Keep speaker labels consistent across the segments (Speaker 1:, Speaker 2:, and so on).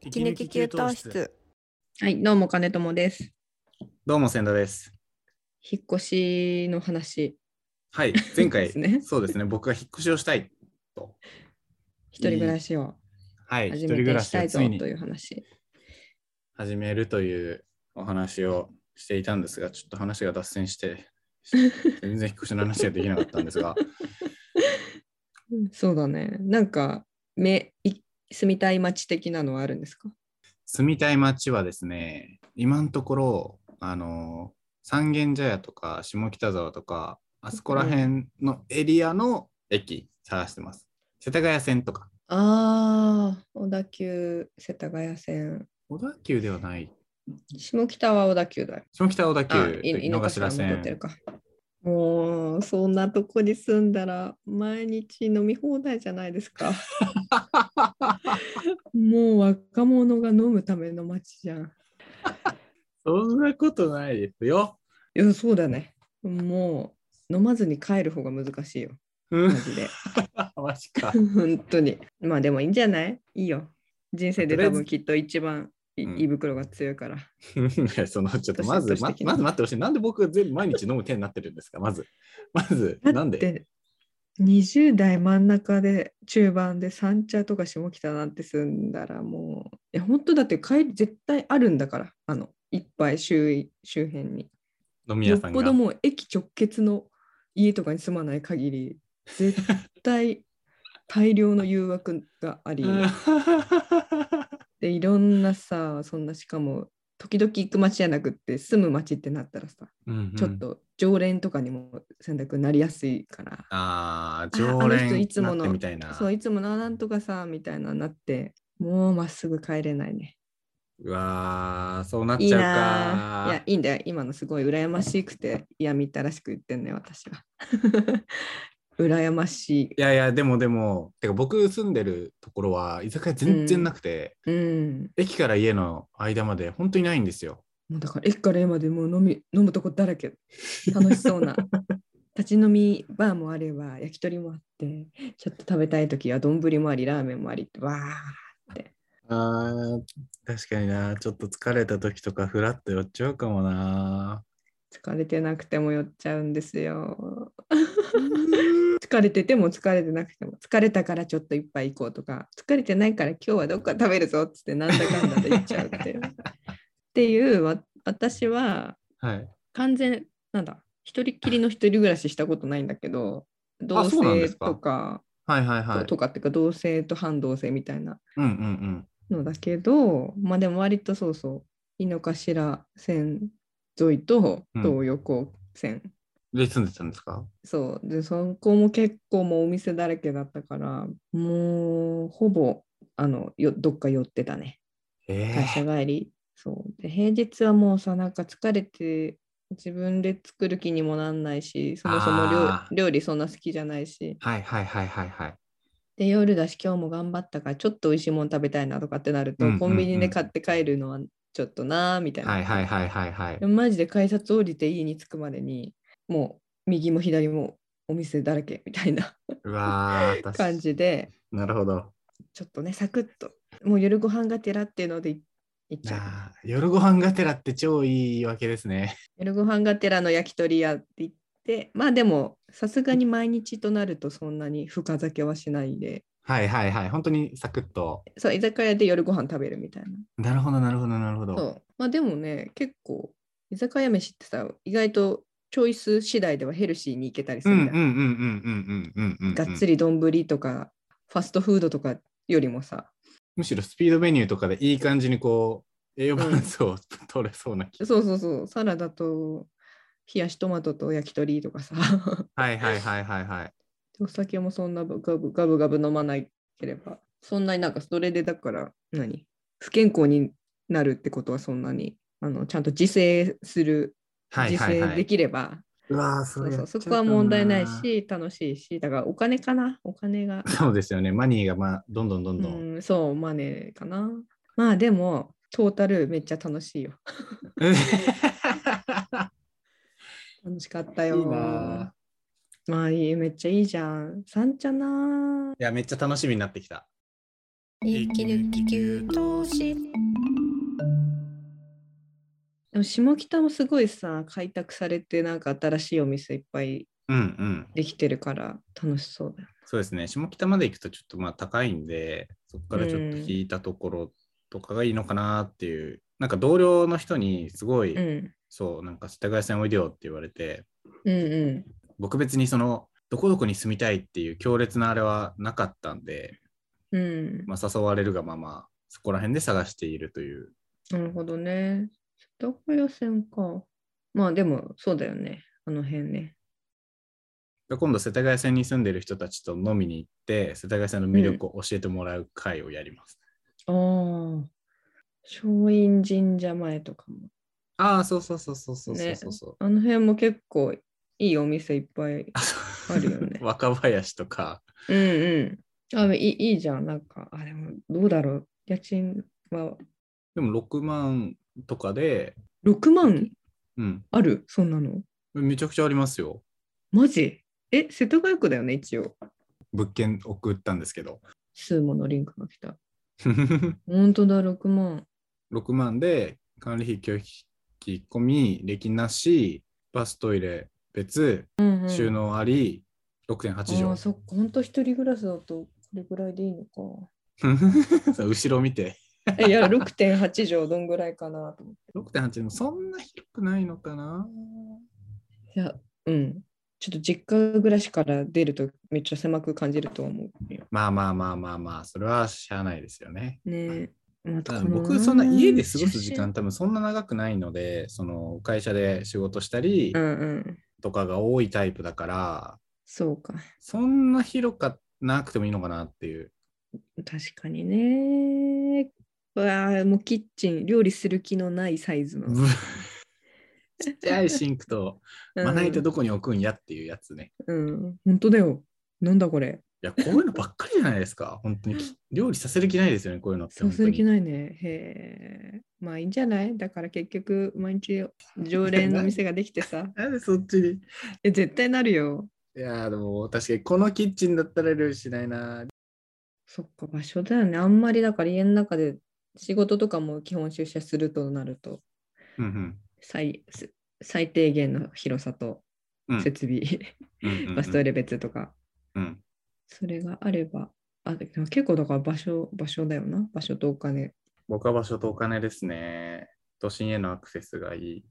Speaker 1: 息抜き給湯室。
Speaker 2: はい、どうも金友です。
Speaker 3: どうも、千田です。
Speaker 2: 引っ越しの話、
Speaker 3: はい、前
Speaker 2: で
Speaker 3: 回、
Speaker 2: すね
Speaker 3: そうですね、僕が引っ越しをしたいと。
Speaker 2: 一人暮らしを
Speaker 3: はい、一
Speaker 2: 始
Speaker 3: 人
Speaker 2: め
Speaker 3: 暮
Speaker 2: て
Speaker 3: ら
Speaker 2: し
Speaker 3: したを
Speaker 2: いぞ
Speaker 3: ついに
Speaker 2: という話。
Speaker 3: 始めるというお話をしていたんですが、ちょっと話が脱線して、全然引っ越しの話ができなかったんですが、
Speaker 2: うんそうだね。なんか、めい住みたい街的なのはあるんですか
Speaker 3: 住みたい街はですね、今のところ、あの、三軒茶屋とか下北沢とか、あそこら辺のエリアの駅探してます。世田谷線とか。
Speaker 2: ああ、小田急、世田谷線。
Speaker 3: 小田急ではない。
Speaker 2: 下北は小田急だよ。
Speaker 3: 下北小田
Speaker 2: あ
Speaker 3: 急、
Speaker 2: い
Speaker 3: 井
Speaker 2: 井
Speaker 3: の
Speaker 2: の頭
Speaker 3: 頭
Speaker 2: も取
Speaker 3: 線
Speaker 2: って。るか。もう、そんなとこに住んだら、毎日飲み放題じゃないです か。もう若者が飲むための街じゃん。
Speaker 3: そんなことないですよ。
Speaker 2: いや、そうだね。もう、飲まずに帰る方が難しいよ。
Speaker 3: う
Speaker 2: マ
Speaker 3: ん、
Speaker 2: ジで。
Speaker 3: マジか。
Speaker 2: 本当に。まあでもいいんじゃないいいよ。人生で
Speaker 3: とりあ
Speaker 2: 多
Speaker 3: えず
Speaker 2: 分きっと一番い
Speaker 3: うん
Speaker 2: 胃袋が強いから。
Speaker 3: いやそのちょっとまず
Speaker 2: 私
Speaker 3: ま
Speaker 2: 私的な
Speaker 3: まず待ってほしい。なんで僕が全部毎日飲む手になってるんですかまず。まず、
Speaker 2: だ
Speaker 3: な
Speaker 2: っ
Speaker 3: んで
Speaker 2: て20代真ん中で中盤で三茶とか下北なんて住んだらもういや本当だって帰り絶対あるんだからあのいっぱい周周辺に
Speaker 3: 飲み
Speaker 2: よ
Speaker 3: 屋
Speaker 2: っ
Speaker 3: さん
Speaker 2: ぽ
Speaker 3: が。
Speaker 2: どもう駅直結の家とかに住まない限り絶対大量の誘惑がありでいろんなさそんなしかも時々行く街じゃなくって住む街ってなったらさ、ち
Speaker 3: ち
Speaker 2: ょっ。と常連とかにも選択になりやすいから
Speaker 3: ああ、
Speaker 2: あ
Speaker 3: 常
Speaker 2: あの人
Speaker 3: 連
Speaker 2: いつも
Speaker 3: にな
Speaker 2: の
Speaker 3: ってみたいな。
Speaker 2: そう
Speaker 3: う
Speaker 2: いつもななんとかさみたいなのになってもうまっすぐ帰れないね。
Speaker 3: わあ、そうなっ
Speaker 2: いい
Speaker 3: ちゃう
Speaker 2: なあいや
Speaker 3: か。
Speaker 2: いいんだよ今のすごい羨ましくて嫌みったらしく言ってんね私は。 羨ましい
Speaker 3: い。やいや、でもでも、てか僕住んでるところは居酒屋全然なくて、
Speaker 2: うん。
Speaker 3: 駅から家の間まで本当にないんですよ。
Speaker 2: もうだから駅から家までもう飲み飲むとこだらけ楽し そうな。立ち飲みバーもあれば焼き鳥もあってちょっと食べたい時は丼もありラーメンもありわあ
Speaker 3: あ確かにな。ちょっと疲れた時とかフラッと寄っちゃうかもな。
Speaker 2: 疲れてなくても酔っちゃうんですよ。疲れてても疲れてなくても疲れたからちょっと一杯行こうとか疲れてないから今日はどっか食べるぞっつってなんだかんだで行っちゃうっ ていう。っていうわ私は
Speaker 3: はい。
Speaker 2: 完全なんだ一人っきりの一人暮らししたことないんだけど同
Speaker 3: そうなんで
Speaker 2: 性
Speaker 3: す
Speaker 2: と
Speaker 3: か
Speaker 2: か
Speaker 3: はいはいはい。
Speaker 2: とかっていうか同性と反同性みたいな
Speaker 3: うんうんうん。
Speaker 2: のだけどまあでも割とそうそう井の頭線沿いと
Speaker 3: うん
Speaker 2: 東横線。
Speaker 3: で、住んでたんですか
Speaker 2: そうでそこも結構もうお店だらけだったからもうほぼあのよどっか寄ってたね
Speaker 3: え
Speaker 2: 会社帰り、そうで平日はもうさなんか疲れて自分で作る気にもなんないしそもそも料
Speaker 3: あー
Speaker 2: 料理そんな好きじゃないし
Speaker 3: はいはいはいはいはい。
Speaker 2: で夜だし今日も頑張ったからちょっと美味しいもの食べたいなとかってなると、
Speaker 3: うんうんうん
Speaker 2: コンビニで買って帰るのはちょっとなーみたいな、
Speaker 3: はいはいはいはいはい
Speaker 2: で。もマジで改札降りて家に着くまでにもう右も左もお店だらけみたいな
Speaker 3: うわー、確か
Speaker 2: 感
Speaker 3: に。
Speaker 2: じで
Speaker 3: なるほど。
Speaker 2: ちょっとねサクッともう夜ご飯がてらっていうのでいいっ
Speaker 3: い
Speaker 2: ちゃう
Speaker 3: やー夜ご飯がてらって超いいわけですね。
Speaker 2: 夜ご飯がてらの焼き鳥屋って言ってまあでもさすがに毎日となるとそんなに深酒はしないで
Speaker 3: はいはいはい。本当にサクッと。
Speaker 2: そう居酒屋で夜ご飯食べるみたい
Speaker 3: なるほどなるほどなるほ
Speaker 2: な
Speaker 3: ど。
Speaker 2: そうまあでもね結構居酒屋飯ってさ意外とチョイス次第ではヘルシーに行けたりす
Speaker 3: うん
Speaker 2: る
Speaker 3: うん
Speaker 2: じゃ
Speaker 3: うんんうんうんうんうんうん。
Speaker 2: がっつ。り丼とかファストフードとかよりもさ
Speaker 3: むしろスピードメニューとかでいい感じにこう、栄養バランスを取れそうな気。
Speaker 2: そうそうそうサラダと冷やしトマトと焼き鳥とかさ
Speaker 3: はいはいはいはいはい。
Speaker 2: お酒もそんなぶガブガブガブ飲まなければ、そんなになんかそれでだから、何不健康になるってことはそんなに、あのちゃんと自制する、
Speaker 3: はい
Speaker 2: 自
Speaker 3: はい
Speaker 2: 制
Speaker 3: は
Speaker 2: で
Speaker 3: い。
Speaker 2: きれば、
Speaker 3: うわー、そ
Speaker 2: そう
Speaker 3: れ
Speaker 2: そ
Speaker 3: や
Speaker 2: う
Speaker 3: っ
Speaker 2: そ
Speaker 3: ちゃ
Speaker 2: こは
Speaker 3: うか
Speaker 2: 問題ない
Speaker 3: ー。
Speaker 2: し、楽しいし、だからお金かな、お金が。
Speaker 3: そうですよね。マニーがまあ、どんどんどん
Speaker 2: う
Speaker 3: どん。
Speaker 2: ん、そう、マネーかな。まあでも、トータルめっちゃ楽しいよ。 楽しかったよ。
Speaker 3: いいな
Speaker 2: まあいい、めっちゃいいじゃん。三茶な。
Speaker 3: いや、めっちゃ楽しみになってきた。
Speaker 1: 息抜き給湯室
Speaker 2: でも下北もすごいさ開拓されてなんか新しいお店いっぱい
Speaker 3: うんうん。
Speaker 2: できてるから楽しそうだよ
Speaker 3: そうですね。下北まで行くとちょっとまあ高いんで、そこからちょっと引いたところとかがいいのかなっていう。なんか同僚の人にすごい、
Speaker 2: ね。
Speaker 3: そう、なんか世田谷線おいでよって言われて、
Speaker 2: うんうんうん
Speaker 3: 僕別にその、どこどこに住みたいっていう強烈なあれはなかったんで、
Speaker 2: うん、
Speaker 3: まあ、誘われるがまま、そこら辺で探しているという。
Speaker 2: なるほどね。世田谷線か。まあでもそうだよね。あの辺ね。
Speaker 3: 今度、世田谷線に住んでる人たちと飲みに行って、世田谷線の魅力を教えてもらう会をやります。
Speaker 2: ああ。松陰神社前とかも。
Speaker 3: ああ、そうそうそうそうそうそうそうそう。
Speaker 2: あの辺も結構いいお店いっぱい。
Speaker 3: あそう
Speaker 2: あるよね
Speaker 3: 若林とか、
Speaker 2: うんうん。あいいいいじゃん。なんか、あ、でもどうだろう。家賃は
Speaker 3: でも6万とかで、
Speaker 2: 6万
Speaker 3: うん、
Speaker 2: あるそんなの。
Speaker 3: めちゃくちゃありますよ。
Speaker 2: マジえ、世田谷区だよね、一応。
Speaker 3: 物件送ったんですけど。
Speaker 2: スーモのリンクが来た。本当だ、6万。
Speaker 3: 6万で管理費拒否込み、歴なし、バストイレ別、
Speaker 2: うんうん、
Speaker 3: 収納あり、
Speaker 2: あ
Speaker 3: 6.8
Speaker 2: あそっか、本当一人暮らしだとこれぐらいでいいのか。
Speaker 3: 畳。後ろ見て。
Speaker 2: え いや、6.8畳どんぐらいかなと思っ
Speaker 3: 6.8でもそんな広くないのかな
Speaker 2: て。いや、うん。ちょっと実家暮らしから出るとめっちゃ狭く感じるとは思うよ。
Speaker 3: まあまあまあまあまあ、それはしゃあないですよね。
Speaker 2: ねえ。まあ
Speaker 3: ただ僕、そんな家で過ごす時間。多分そんな長くないので、その会社で仕事したり
Speaker 2: うんうん。
Speaker 3: とかが多いタイプだから、
Speaker 2: そうか。
Speaker 3: そんな広かなくてもいいのかなっていう。
Speaker 2: 確かにね。うわあ、もうキッチン、料理する気のないサイズの。
Speaker 3: ちっちゃいシンクと、
Speaker 2: うん
Speaker 3: まな板どこに置くんやっていうやつね。
Speaker 2: うん。本当だよ。なんだこれ。
Speaker 3: いや、こういうのばっかりじゃないですか。本当に。料理させる気ないですよね、こういうのって。
Speaker 2: そうする気
Speaker 3: い。
Speaker 2: ないね。へえ。まあいいんじゃないだから結局毎日常連の店ができて さ。
Speaker 3: なんでそっちに。い
Speaker 2: え絶対なるよ。
Speaker 3: やー、でも確かにこのキッチンだったら料理しないな。
Speaker 2: そっか場所だよね。あんまりだから家の中で仕事とかも基本出社するとなると
Speaker 3: うん
Speaker 2: 最す最低限の広さと
Speaker 3: うん
Speaker 2: 設備、
Speaker 3: うんうんうんうん。
Speaker 2: バストイレ別とか
Speaker 3: うん。
Speaker 2: それがあればあでも結構だから場所場所だよな場所とお金
Speaker 3: 僕は場所とお金ですね。都心へのアクセスがいい。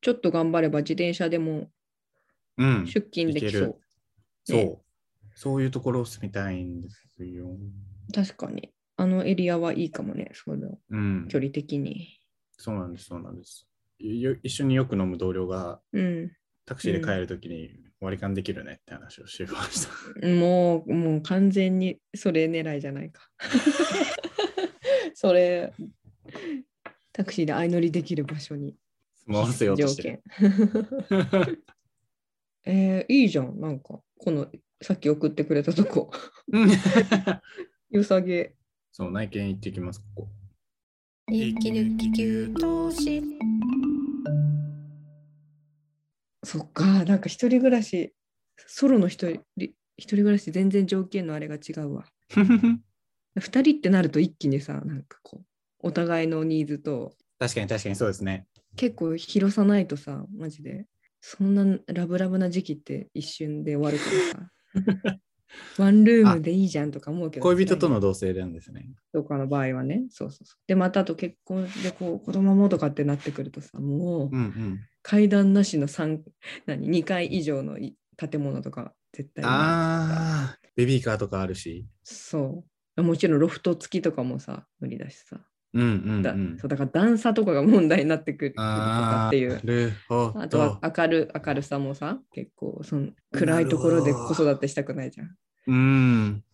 Speaker 2: ちょっと頑張れば自転車でも
Speaker 3: うん。
Speaker 2: 出勤できそ
Speaker 3: いけ
Speaker 2: う、
Speaker 3: るそう。そういうところを住みたいんですよ。
Speaker 2: 確かにあのエリアはいいかもねその
Speaker 3: うん。
Speaker 2: 距離的に
Speaker 3: そうなんです、そうなんです。よ一緒によく飲む同僚が
Speaker 2: うん
Speaker 3: タクシーで帰るときに割り勘できるねって話をしてました。
Speaker 2: もうもう完全にそれ狙いじゃない かそれタクシーで相乗りできる場所に
Speaker 3: 済ませようと
Speaker 2: 条
Speaker 3: してる。
Speaker 2: 件 えー、いいじゃんなんかこのさっき送ってくれたとこ
Speaker 3: うん
Speaker 2: 良さげ
Speaker 3: そう、内見行ってきます、 ここ。
Speaker 1: 息抜き給湯室
Speaker 2: そっかなんか一人暮らしソロの一人一人暮らし全然条件のあれが違うわ二人ってなると一気にさなんかこうお互いのニーズと
Speaker 3: 確かに確かにそうですね。
Speaker 2: 結構広さないとさマジでそんなラブラブな時期って一瞬で終わ るからさワンルームでいいじゃんとか思うけど
Speaker 3: 恋人との同棲なんですね。
Speaker 2: とかの場合はねそうそうそうでまたあと結婚でこう子供もとかってなってくるとさも
Speaker 3: う
Speaker 2: う
Speaker 3: んうん。
Speaker 2: 階段なしの三何2階以上のい建物とか絶対
Speaker 3: ああ、ベビーカーとかあるし。
Speaker 2: そうもちろんロフト付きとかもさ無理だしさ
Speaker 3: うんうん、う
Speaker 2: だ,、
Speaker 3: ん
Speaker 2: そう。だから段差とかが問題になってくるとか
Speaker 3: ああ、
Speaker 2: っていう
Speaker 3: なるほ
Speaker 2: あとは
Speaker 3: ど。
Speaker 2: 明る明るさもさ結構その暗いところで子育てしたくないじゃん。
Speaker 3: うん。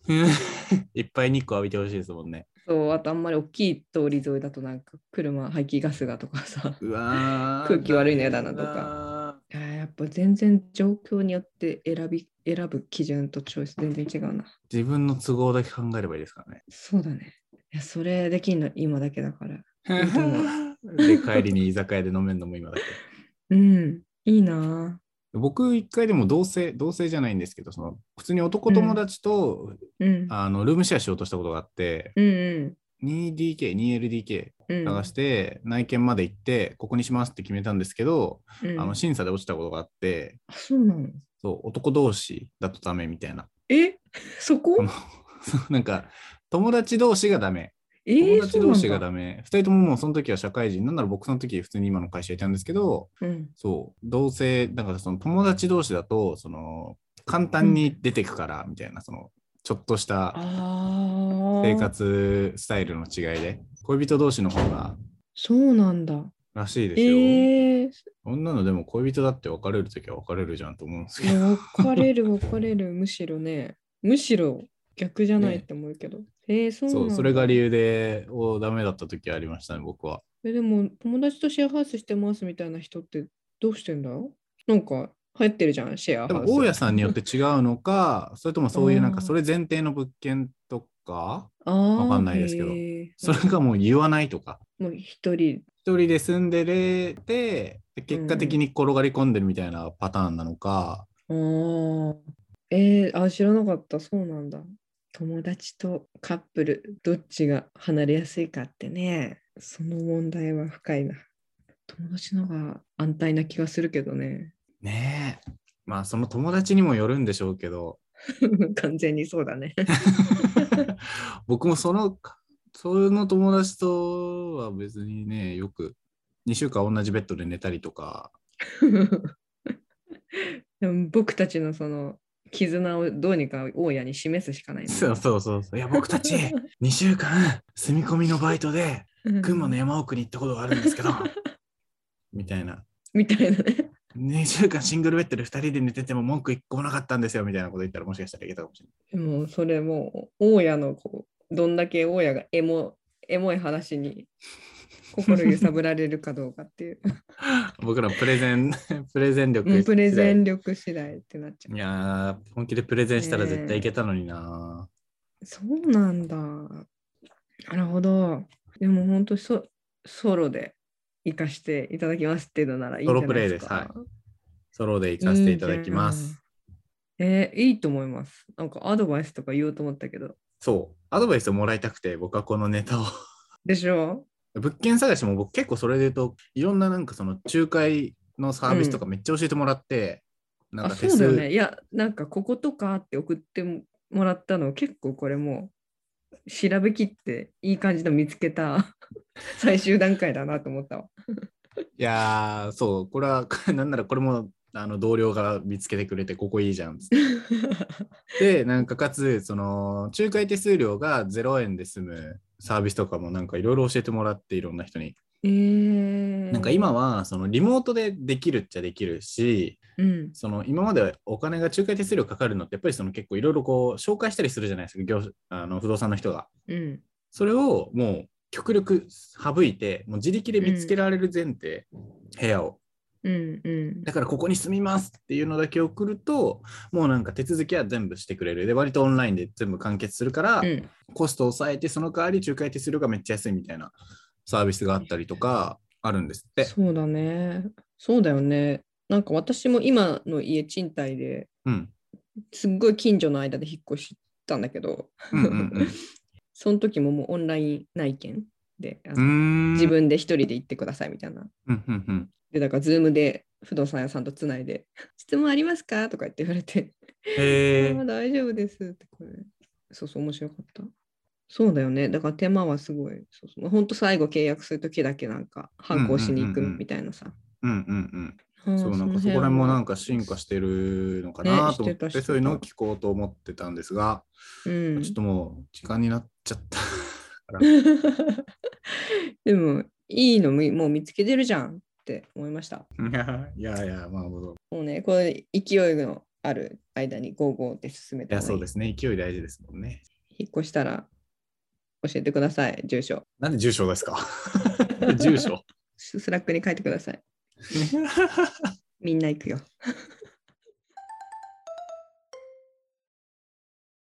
Speaker 3: いっぱい日光浴びてほしいですもんね。
Speaker 2: そうあとあんまり大きい通り沿いだとなんか車排気ガスがとかさ
Speaker 3: うわー
Speaker 2: 空気悪いのやだなとか。いややっぱ全然状況によって選び選ぶ基準とチョイス全然違うな。
Speaker 3: 自分の都合だけ考えればいいです からね。
Speaker 2: そうだね。いやそれできんの今だけだから。いと思
Speaker 3: で帰りに居酒屋で飲めるのも今だけ。
Speaker 2: うんいいな
Speaker 3: 僕一回でも同性同性じゃないんですけどその普通に男友達と、
Speaker 2: うん。
Speaker 3: あのルームシェアしようとしたことがあって
Speaker 2: うんうん。
Speaker 3: 2DK2LDK
Speaker 2: うん、
Speaker 3: 探して内見まで行ってここにしますって決めたんですけど、
Speaker 2: うん
Speaker 3: あの審査で落ちたことがあって
Speaker 2: あそうなの
Speaker 3: そう男同士だとダメみたいな
Speaker 2: えそこ
Speaker 3: このそうなんか友達同士がダメ
Speaker 2: えー
Speaker 3: 友達同士が
Speaker 2: そうなんだ
Speaker 3: ダメ、2人とももうその時は社会人なんなら僕その時普通に今の会社いたんですけど
Speaker 2: うん
Speaker 3: そう同性だからその友達同士だとその簡単に出てくからみたいな、そのちょっとした
Speaker 2: ああ。
Speaker 3: 生活スタイルの違いで恋人同士の方が
Speaker 2: そうなんだ。
Speaker 3: らしいですよ、
Speaker 2: ええ
Speaker 3: そんなのでも恋人だって別れる時は別れるじゃんと思うんですけど、
Speaker 2: ー、別れる別れる、むしろね。むしろ逆じゃないって思 うけど。ええー、そうなん
Speaker 3: そ
Speaker 2: だ
Speaker 3: うそれが理由でおダメだった時ありましたね僕は
Speaker 2: えでも友達とシェアハウスしてますみたいな人ってどうしてんだなんか流行ってるじゃんシェア
Speaker 3: で
Speaker 2: ハ
Speaker 3: も
Speaker 2: ウス。
Speaker 3: 大家さんによって違うのか それともそういうなん
Speaker 2: あ
Speaker 3: か
Speaker 2: ー
Speaker 3: それ前提の物件とか
Speaker 2: わ
Speaker 3: わかんないですけどそれ
Speaker 2: が
Speaker 3: がもう言わないとか
Speaker 2: もう一人
Speaker 3: 一人で住んでれてで結果的に転がり込んでるみたいなパターンなのか、
Speaker 2: あーえー、あ知らなかったそうなんだ友達とカップルどっちが離れやすいかってねその問題は深いな友達の方が安泰な気がするけどね
Speaker 3: ねえまあその友達にもよるんでしょうけど
Speaker 2: 完全にそうだね
Speaker 3: 僕もそのその友達とは別にねよく2週間同じベッドで寝たりとか
Speaker 2: でも僕たちのその絆をどうにか大家に示すしかないね
Speaker 3: そうそうそうそういや僕たち2週間住み込みのバイトで 群馬の山奥に行ったことがあるんですけ どみたいな
Speaker 2: みたいなね。
Speaker 3: 2週間シングルベッドで2人で寝てても文句1個もなかったんですよみたいなこと言ったらもしかしたらいけたかもしれない。
Speaker 2: もうそれもう大家のこうどんだけ大家がエモエモい話に心揺さぶられるかどうかっ ていう
Speaker 3: 僕らプレゼン、 プレゼン力
Speaker 2: もうプレゼ
Speaker 3: 次
Speaker 2: ン力次第ってなっちゃ
Speaker 3: 第。いやー、本気でプレゼンしたら絶対いけたのにな、
Speaker 2: う。そうなんだ。なるほど。でも本当そソロで生かしていただきますっていうのならいいんじゃないですか。
Speaker 3: ソロプレイですはソロで行かせていただきます。
Speaker 2: いいじゃん。えーいいと思います。なんかアドバイスとか言おうと思ったけど。
Speaker 3: そう、アドバイスをもらいたくて、僕はこのネタを。
Speaker 2: でしょ
Speaker 3: 物件探しも僕結構それで言うと、いろんななんかその仲介のサービスとかめっちゃ教えてもらって、なん
Speaker 2: あ
Speaker 3: か
Speaker 2: そ
Speaker 3: 手
Speaker 2: うだ
Speaker 3: 数、
Speaker 2: よね。いや、なんかこことかって送ってもらったの、結構これもう調べきっていい感じの見つけた 最終段階だなと思ったわ。
Speaker 3: いやー、そう、これは、 なんならこれも、あの同僚が見つけてくれてここいいじゃんっつってでなんかかつその仲介手数料が0円で済むサービスとかもなんかいろいろ教えてもらっていろんな人に、
Speaker 2: えー、
Speaker 3: なんか今、はそのリモートでできるっちゃできるし
Speaker 2: うん、
Speaker 3: その今まではお金が仲介手数料かかるのってやっぱりその結構いろいろこう紹介したりするじゃないですか業あの不動産の人が
Speaker 2: うん、
Speaker 3: それをもう極力省いてもう自力で見つけられる前提、部屋を
Speaker 2: うん、うん
Speaker 3: だ。からここに住みますっていうのだけ送るともうなんか手続きは全部してくれるで割とオンラインで全部完結するから、
Speaker 2: うん、
Speaker 3: コストを抑えて、その代わり仲介手数料がめっちゃ安いみたいなサービスがあったりとかあるんですって。
Speaker 2: そうだね。そうだよね。なんか私も今の家賃貸で
Speaker 3: うん。
Speaker 2: すっごい近所の間で引っ越したんだけど、
Speaker 3: うんうん
Speaker 2: その時ももうオンライン内見で、あ
Speaker 3: う
Speaker 2: の
Speaker 3: ん。
Speaker 2: 自。分で一人で行ってくださいみたいな
Speaker 3: うんうんうん。
Speaker 2: で、だから、ズームで不動産屋さんとつないで、質問ありますかとか言って言われて、
Speaker 3: へ
Speaker 2: あ
Speaker 3: え。
Speaker 2: 大丈夫ですってこれ。そうそう、面白かった。そうだよね。だから手間はすごい。そうそう本当最後契約するときだけなんか、反抗しに行
Speaker 3: うんう
Speaker 2: く
Speaker 3: んうんうん
Speaker 2: みたいなさ。
Speaker 3: うんうん
Speaker 2: あ
Speaker 3: う
Speaker 2: ー
Speaker 3: ん。そうなんかそこら辺もなんか進化
Speaker 2: し
Speaker 3: してるのかなと思っ
Speaker 2: ねしてたして
Speaker 3: て、
Speaker 2: た
Speaker 3: そういうのを聞こうと思ってたんですが、
Speaker 2: て、うん
Speaker 3: ちょっともう時間になっちゃった。
Speaker 2: でも、いいのみもう見つけてるじゃんって思いました。
Speaker 3: いやいやいや、まあ、もう
Speaker 2: もうね、これ勢いのある間に55って進め
Speaker 3: い
Speaker 2: て。
Speaker 3: や、そうですすね。勢い大事ですもんね。
Speaker 2: 引っ越したら教えてください、住所。
Speaker 3: なんで住所ですか 住所
Speaker 2: スラックに書いてください。みんな行くよ。